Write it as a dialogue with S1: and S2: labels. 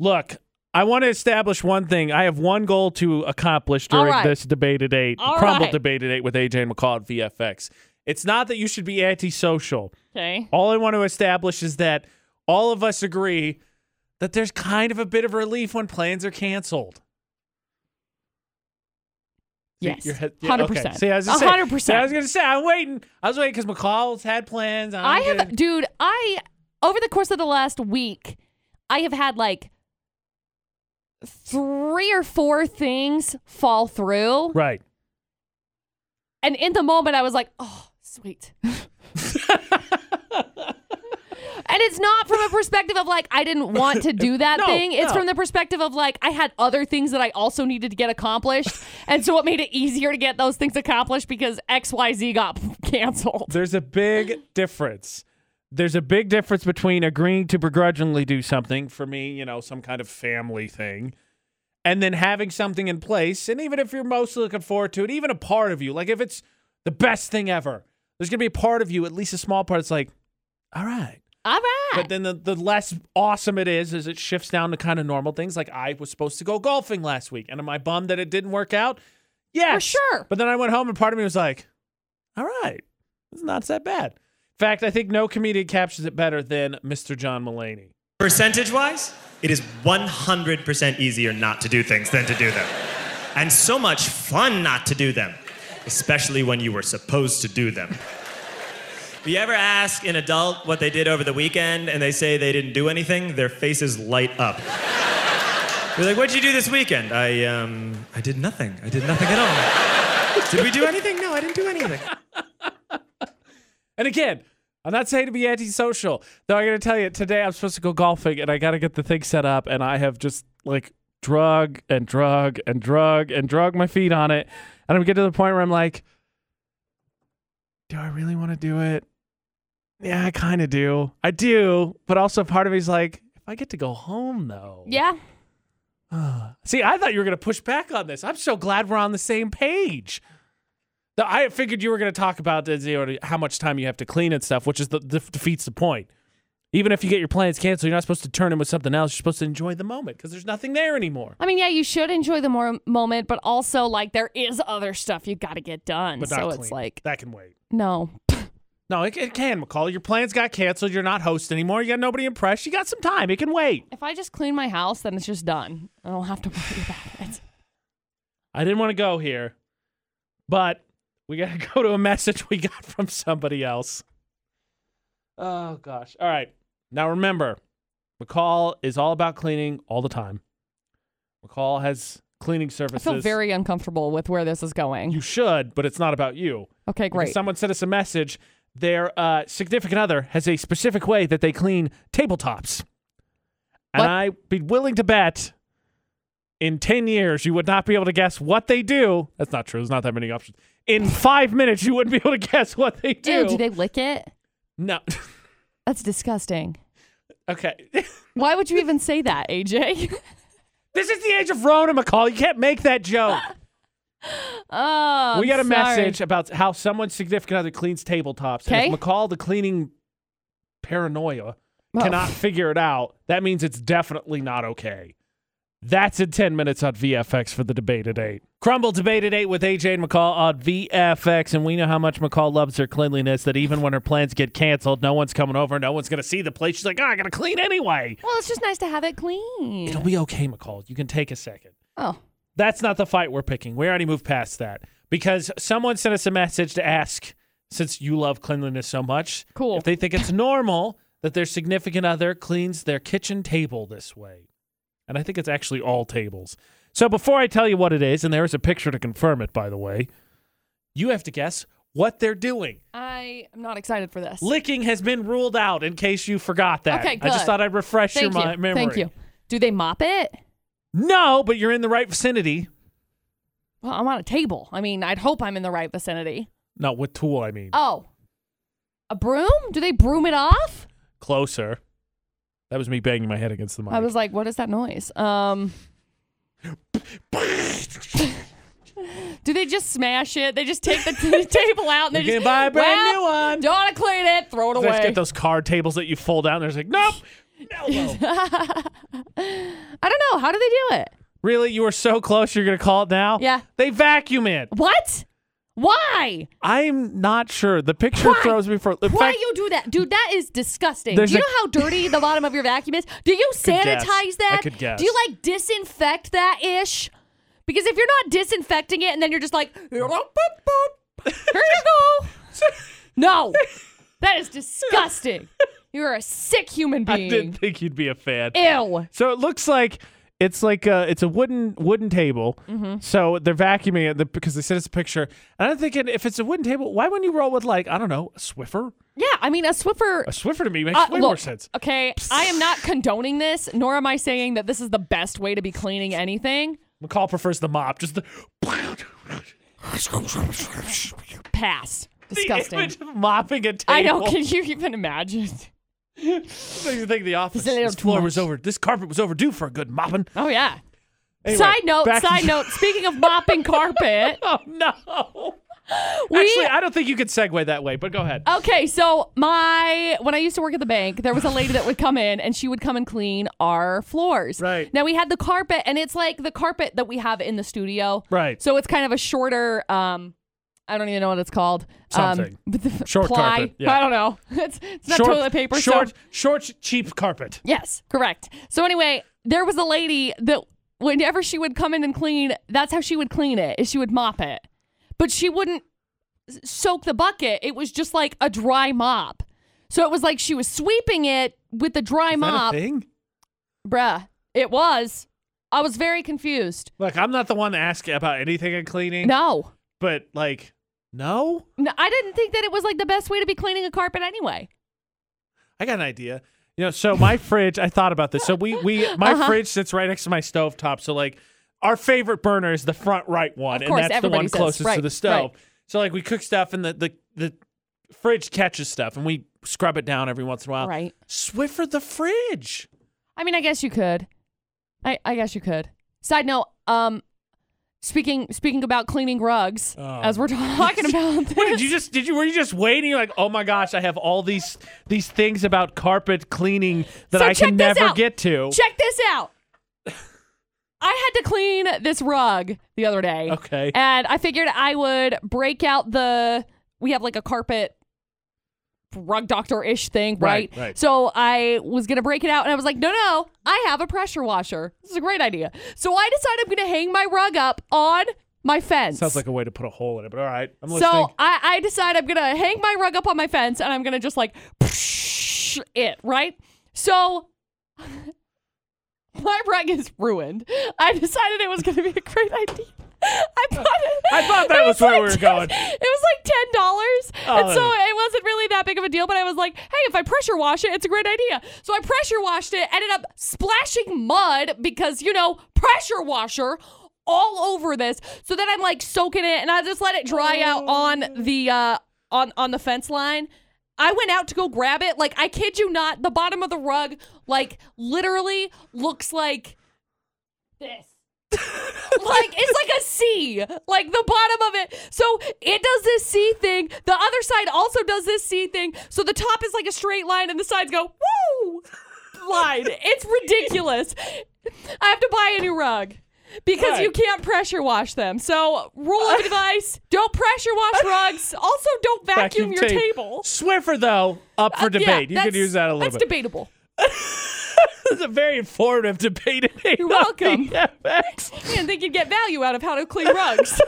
S1: Look, I want to establish one thing. I have one goal to accomplish
S2: All
S1: during
S2: right.
S1: this debate at eight,
S2: All
S1: crumble
S2: right.
S1: debate at eight with AJ McCall at VFX. It's not that you should be antisocial.
S2: Okay.
S1: All I want to establish is that all of us agree that there's kind of a bit of relief when plans are canceled. See,
S2: Yes.
S1: your head- yeah, okay.
S2: Hundred percent.
S1: See, I was gonna say-
S2: hundred
S1: See, I was
S2: percent.
S1: gonna say I'm waiting. I was waiting because McCall's had plans. I'm
S2: I have,
S1: gonna-
S2: dude. I over the course of the last week, I have had like three or four things fall through,
S1: right.
S2: and in the moment, I was like, "Oh, sweet." And it's not from a perspective of like I didn't want to do that
S1: No,
S2: thing. It's
S1: no.
S2: from the perspective of like I had other things that I also needed to get accomplished, and so it made it easier to get those things accomplished because X Y Z got canceled.
S1: There's a big difference. There's a big difference between agreeing to begrudgingly do something for me, you know, some kind of family thing, and then having something in place. And even if you're mostly looking forward to it, even a part of you, like if it's the best thing ever, there's gonna be a part of you, at least a small part, that's like, all right.
S2: All right.
S1: But then the, the less awesome it is, is it shifts down to kind of normal things. Like I was supposed to go golfing last week, and am I bummed that it didn't work out? Yes,
S2: sure.
S1: But then I went home, and part of me was like, "All right, it's not that bad." In fact, I think no comedian captures it better than Mr. John Mulaney.
S3: Percentage wise, it is 100% easier not to do things than to do them. And so much fun not to do them, especially when you were supposed to do them. If you ever ask an adult what they did over the weekend and they say they didn't do anything, their faces light up. You're like, what'd you do this weekend? I, um, I did nothing. I did nothing at all. Did we do anything? No, I didn't do anything.
S1: And again, I'm not saying to be antisocial, though I gotta tell you, today I'm supposed to go golfing and I gotta get the thing set up, and I have just like drug and drug and drug and drug my feet on it. And I'm getting to the point where I'm like, do I really wanna do it? Yeah, I kinda do. I do, but also part of me's like, if I get to go home though.
S2: yeah.
S1: See, I thought you were going to push back on this. I'm so glad we're on the same page. The- I figured you were going to talk about the- you know, how much time you have to clean and stuff, which is the, the, defeats the point. Even if you get your plans canceled, you're not supposed to turn in with something else. You're supposed to enjoy the moment because there's nothing there anymore.
S2: I mean, yeah, you should enjoy the more moment, but also like there is other stuff you got to get done.
S1: But not
S2: so
S1: clean.
S2: it's like
S1: that can wait.
S2: no,
S1: No, it, it can, McCall. Your plans got canceled. You're not host anymore. You got nobody impressed. You got some time. It can wait.
S2: if I just clean my house, then it's just done. I don't have to worry about it.
S1: I didn't want to go here, but we got to go to a message we got from somebody else. Oh, gosh. All right. Now, remember, McCall is all about cleaning all the time. McCall has cleaning
S2: I
S1: services.
S2: feel very uncomfortable with where this is going.
S1: You should, but it's not about you.
S2: okay,
S1: Because
S2: great.
S1: Someone sent us a message. Their uh, significant other has a specific way that they clean tabletops. And
S2: What?
S1: I'd be willing to bet in 10 years you would not be able to guess what they do. That's not true. There's not that many options. In five minutes, you wouldn't be able to guess what they do.
S2: Ew, do they lick it?
S1: no.
S2: That's disgusting.
S1: okay.
S2: Why would you even say that, AJ?
S1: this is the age of Rona McCall. You can't make that joke.
S2: oh,
S1: we got a
S2: I'm sorry.
S1: message about how someone's significant other cleans tabletops. And
S2: Okay.
S1: if McCall, the cleaning paranoia,
S2: Oh.
S1: cannot figure it out, that means it's definitely not okay. That's in 10 minutes on VFX for the debate at 8. Crumble debate at 8 with AJ and McCall on VFX. And we know how much McCall loves her cleanliness that even when her plans get canceled, no one's coming over, no one's going to see the place. She's like, oh, I got to clean anyway.
S2: Well, it's just nice to have it clean.
S1: It'll be okay, McCall. You can take a second.
S2: oh,
S1: That's not the fight we're picking. We already moved past that because someone sent us a message to ask, since you love cleanliness so much,
S2: Cool.
S1: if they think it's normal that their significant other cleans their kitchen table this way. And I think it's actually all tables. So before I tell you what it is, and there is a picture to confirm it, by the way, you have to guess what they're doing.
S2: I am not excited for this.
S1: Licking has been ruled out in case you forgot that.
S2: Okay,
S1: I just
S2: good.
S1: thought I'd refresh
S2: Thank
S1: your mi-
S2: you.
S1: memory.
S2: Thank you. Do they mop it?
S1: No, but you're in the right vicinity.
S2: Well, I'm on a table. I mean, I'd hope I'm in the right vicinity.
S1: Not with tool, I mean.
S2: Oh, a broom? Do they broom it off?
S1: closer. That was me banging my head against the mic.
S2: I was like, what is that noise? Um, do they just smash it? They just take the t- table out and they
S1: You can
S2: just
S1: buy a brand
S2: well,
S1: new one.
S2: Don't want to clean it. Throw it
S1: Let's
S2: away.
S1: get those card tables that you fold out. And there's like, nope,
S3: Nello.
S2: I don't know. How do they do it?
S1: Really? You were so close. You're going to call it now?
S2: Yeah.
S1: They vacuum it.
S2: What? Why?
S1: I'm not sure. The picture
S2: Why?
S1: throws me for. In
S2: Why
S1: fact,
S2: do you do that? Dude, that is disgusting. Do
S1: There's
S2: you
S1: a-
S2: know how dirty the bottom of your vacuum is? Do you
S1: guess.
S2: sanitize that?
S1: I could guess.
S2: Do you like disinfect that ish? Because if you're not disinfecting it and then you're just like, here you go. No. That is disgusting. You're a sick human
S1: I didn't
S2: being.
S1: think you'd be a fan.
S2: Ew.
S1: So it looks like it's like a, it's a wooden wooden table.
S2: Mm-hmm.
S1: So they're vacuuming it the- because they said it's a picture. And I'm thinking, if it's a wooden table, why wouldn't you roll with like I don't know, a Swiffer?
S2: Yeah, I mean, a Swiffer
S1: A Swiffer to me makes
S2: Uh,
S1: way more
S2: look,
S1: sense.
S2: Okay, I am not condoning this, nor am I saying that this is the best way to be cleaning anything.
S1: McCall prefers the mop. Just the,
S2: Pass.
S1: the
S2: Disgusting.
S1: image of mopping a table.
S2: I know. Can you even imagine?
S1: So you think the office
S2: It's a little
S1: this floor
S2: too
S1: was
S2: much.
S1: over. This carpet was overdue for a good mopping.
S2: Oh yeah.
S1: Anyway,
S2: side note.
S1: back-
S2: Side note. Speaking of mopping carpet,
S1: Oh no.
S2: we. Oh,
S1: Actually, I don't think you could segue that way, but go ahead.
S2: Okay, so my when I used to work at the bank, there was a lady that would come in and she would come and clean our floors.
S1: Right.
S2: Now we had the carpet and it's like the carpet that we have in the studio.
S1: Right.
S2: So it's kind of a shorter um I don't even know what it's called.
S1: Something.
S2: Um, the-
S1: Short
S2: ply.
S1: carpet, yeah.
S2: I don't know. It's, it's not toilet paper. so-
S1: Short, short, cheap carpet.
S2: Yes, correct. So anyway, there was a lady that whenever she would come in and clean, that's how she would clean it. Is she would mop it, but she wouldn't s- soak the bucket. It was just like a dry mop. So it was like she was sweeping it with the dry
S1: Is that
S2: mop,
S1: a thing?
S2: bruh. It was. I was very confused.
S1: Look, I'm not the one to ask about anything in cleaning,
S2: No,
S1: but like, no,
S2: no, I didn't think that it was like the best way to be cleaning a carpet anyway.
S1: I got an idea. You know, so my fridge. I thought about this. So we we my
S2: Uh-huh.
S1: fridge sits right next to my stove top. So like, our favorite burner is the front right one,
S2: course,
S1: and that's the
S2: everybody
S1: one
S2: says,
S1: closest to
S2: right,
S1: the stove. So like, we cook stuff, and the the the fridge catches stuff, and we scrub it down every once in a while.
S2: Right.
S1: Swiffer the fridge.
S2: I mean, I guess you could. I, I guess you could. Side note, um, speaking speaking about cleaning rugs,
S1: Oh.
S2: as we're talking about this,
S1: Wait, did you just did you were you just waiting like oh my gosh I have all these these things about carpet cleaning that
S2: So
S1: I can
S2: check this
S1: never
S2: out.
S1: get to.
S2: check this out. I had to clean this rug the other day,
S1: Okay.
S2: and I figured I would break out the. We have like a carpet rug doctor ish thing,
S1: Right,
S2: right?
S1: right.
S2: So I was gonna break it out, and I was like, no, no, I have a pressure washer. This is a great idea. So I decided I'm gonna hang my rug up on my fence.
S1: Sounds like a way to put a hole in it, but all right, I'm listening.
S2: So I, I decide I'm gonna hang my rug up on my fence and I'm gonna just like it, right? So my rug is ruined. I decided it was gonna be a great idea. I thought it,
S1: I thought that
S2: it
S1: was where we were
S2: 10
S1: going.
S2: It was like ten dollars, and
S1: Oh.
S2: so it wasn't really that big of a deal. But I was like, "Hey, if I pressure wash it, it's a great idea." So I pressure washed it. Ended up splashing mud because you know pressure washer all over this. So then I'm like soaking it, and I just let it dry out on the uh, on on the fence line. I went out to go grab it. Like I kid you not, the bottom of the rug, like literally looks like this. like it's like a C, like the bottom of it. So it does this C thing. The other side also does this C thing. So the top is like a straight line, and the sides go woo line. It's ridiculous. I have to buy a new rug because you
S1: Right.
S2: can't pressure wash them. So rule of advice: don't pressure wash rugs. Also, don't vacuum, your
S1: tape.
S2: table. Uh,
S1: Swiffer though, up for
S2: Yeah,
S1: debate. you
S2: that's-
S1: could use that a little
S2: That's
S1: bit.
S2: debatable.
S1: This is a very informative debate.
S2: You're welcome.
S1: FX.
S2: I didn't think you'd get value out of how to clean rugs.